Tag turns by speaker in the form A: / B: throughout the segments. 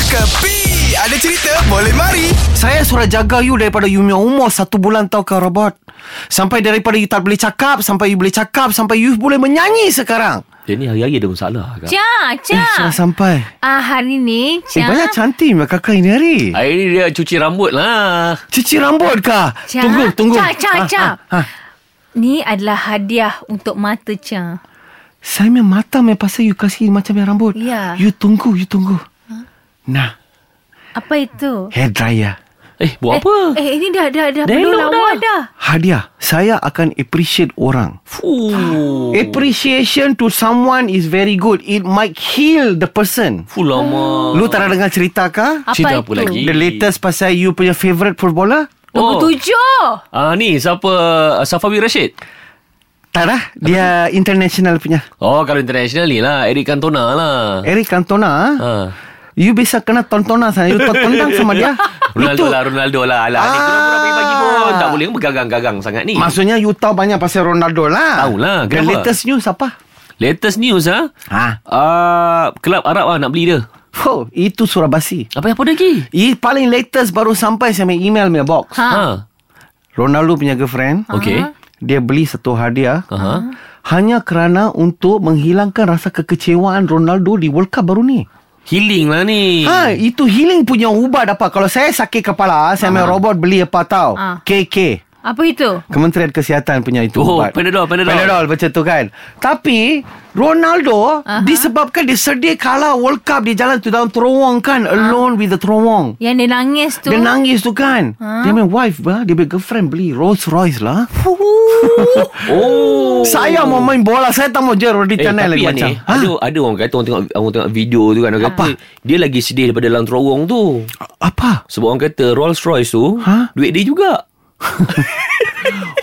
A: Kepi Ada cerita boleh mari
B: Saya surat jaga you daripada you punya umur satu bulan tau ke robot. Sampai daripada you tak boleh cakap, sampai you boleh cakap, sampai you boleh menyanyi sekarang.
C: Dia ni hari-hari ada masalah kak.
D: Cia,
B: Eh,
D: Cia.
B: sudah sampai.
D: Ah, hari
B: Eh,
D: ni, Cia.
B: banyak cantik mah kakak ini hari.
C: Hari ni dia cuci rambut lah.
B: Cuci rambut kah?
D: Ca,
B: Tunggu, tunggu.
D: ca, ca,
B: Ah,
D: ca.
B: ah, ah.
D: Ni adalah hadiah untuk mata Cia.
B: Saya punya mata main pasal you kasih macam yang rambut.
D: Ya.
B: You tunggu, you tunggu. Nah,
D: Apa itu?
B: hair dryer.
C: Eh, buat apa?
D: Eh, eh ini dah dah
C: Dah
D: dah penuh
C: elok
D: lawa
C: dah.
D: dah.
B: Hadiah. Saya akan appreciate orang.
C: Fuh.
B: Eh, Appreciation to someone is very good. It might heal the person.
C: Fuh lama.
B: Lu tak nak dengar cerita kah?
D: Apa
C: Cerita
D: itu?
C: apa lagi?
B: The latest pasal you punya favourite footballer?
C: Oh.
D: Nombor tujuh.
C: Ah ni siapa Ah, Safawi Rashid.
B: Tak lah. Dia international punya.
C: Oh kalau international ni lah Eric Cantona lah.
B: Eric Cantona. ah.
C: Ha.
B: You bisa kena tontonan sana. You tentang sama dia. Lu
C: Ronaldo
B: tu-
C: lah Ronaldo lah. Alah ni
B: Ah.
C: kurang-kurang bagi-bagi pun tak boleh bergagang-gagang sangat ni.
B: Maksudnya you tahu banyak pasal Ronaldo lah.
C: Tahu
B: The
C: lah, kenapa?
B: latest news apa?
C: Latest news ah.
B: Ha.
C: Ah kelab Arab ah nak beli dia.
B: Oh, itu Surabasi.
C: Apa apa lagi?
B: I paling latest baru sampai saya punya email punya box.
D: Ha.
C: Ha.
B: Ronaldo punya girlfriend. uh-huh.
C: Okey. Ha.
B: Dia beli satu hadiah.
C: Aha.
B: Hanya kerana untuk menghilangkan rasa kekecewaan Ronaldo di World Cup baru ni.
C: Healing lah ni.
B: Ha, itu healing punya ubat apa. Kalau saya sakit kepala, saya
C: Ah.
B: main robot beli apa tau.
D: Ah.
B: KK.
D: Apa itu?
B: Kementerian Kesihatan punya itu
C: Oh,
B: ubat.
C: Panadol, Panadol.
B: Panadol macam tu kan. Tapi Ronaldo uh-huh. disebabkan dia sedih kalah World Cup di jalan tu dalam terowong kan, alone with the terowong.
D: Yang dia nangis tu.
B: Dia nangis tu kan. Dia punya wife lah, dia punya girlfriend beli Rolls Royce lah.
C: Oh.
B: Saya mau main bola, saya tak mau je Rodi
C: Eh,
B: Canel
C: tapi
B: lagi macam. ha?
C: macam, ada, ada orang kata orang tengok, orang tengok video tu kan orang kata, Dia lagi sedih daripada dalam terowong tu
B: Apa?
C: Sebab orang kata Rolls Royce tu
B: Ha?
C: Duit dia juga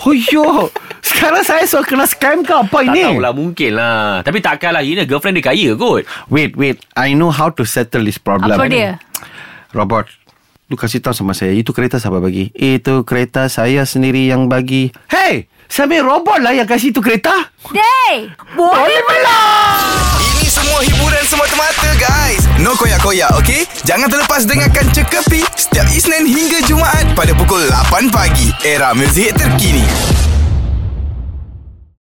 B: Oh yo. Sekarang saya soal kena scam ke apa
C: Tak
B: ini?
C: tahulah mungkin lah Tapi takkanlah Ini girlfriend dia kaya kot
B: Wait, wait. I know how to settle this problem.
D: Apa dia?
B: Robot. Lu kasih tahu sama saya Itu kereta siapa bagi Itu kereta saya sendiri yang bagi Hey Sampai robot lah yang kasih itu kereta
D: Dey! Boleh
A: Ini semua hiburan semata-mata guys No koyak-koyak ok Jangan terlepas dengarkan Cekapi Setiap Isnin hingga Jumaat Pada pukul 8 pagi Era muzik terkini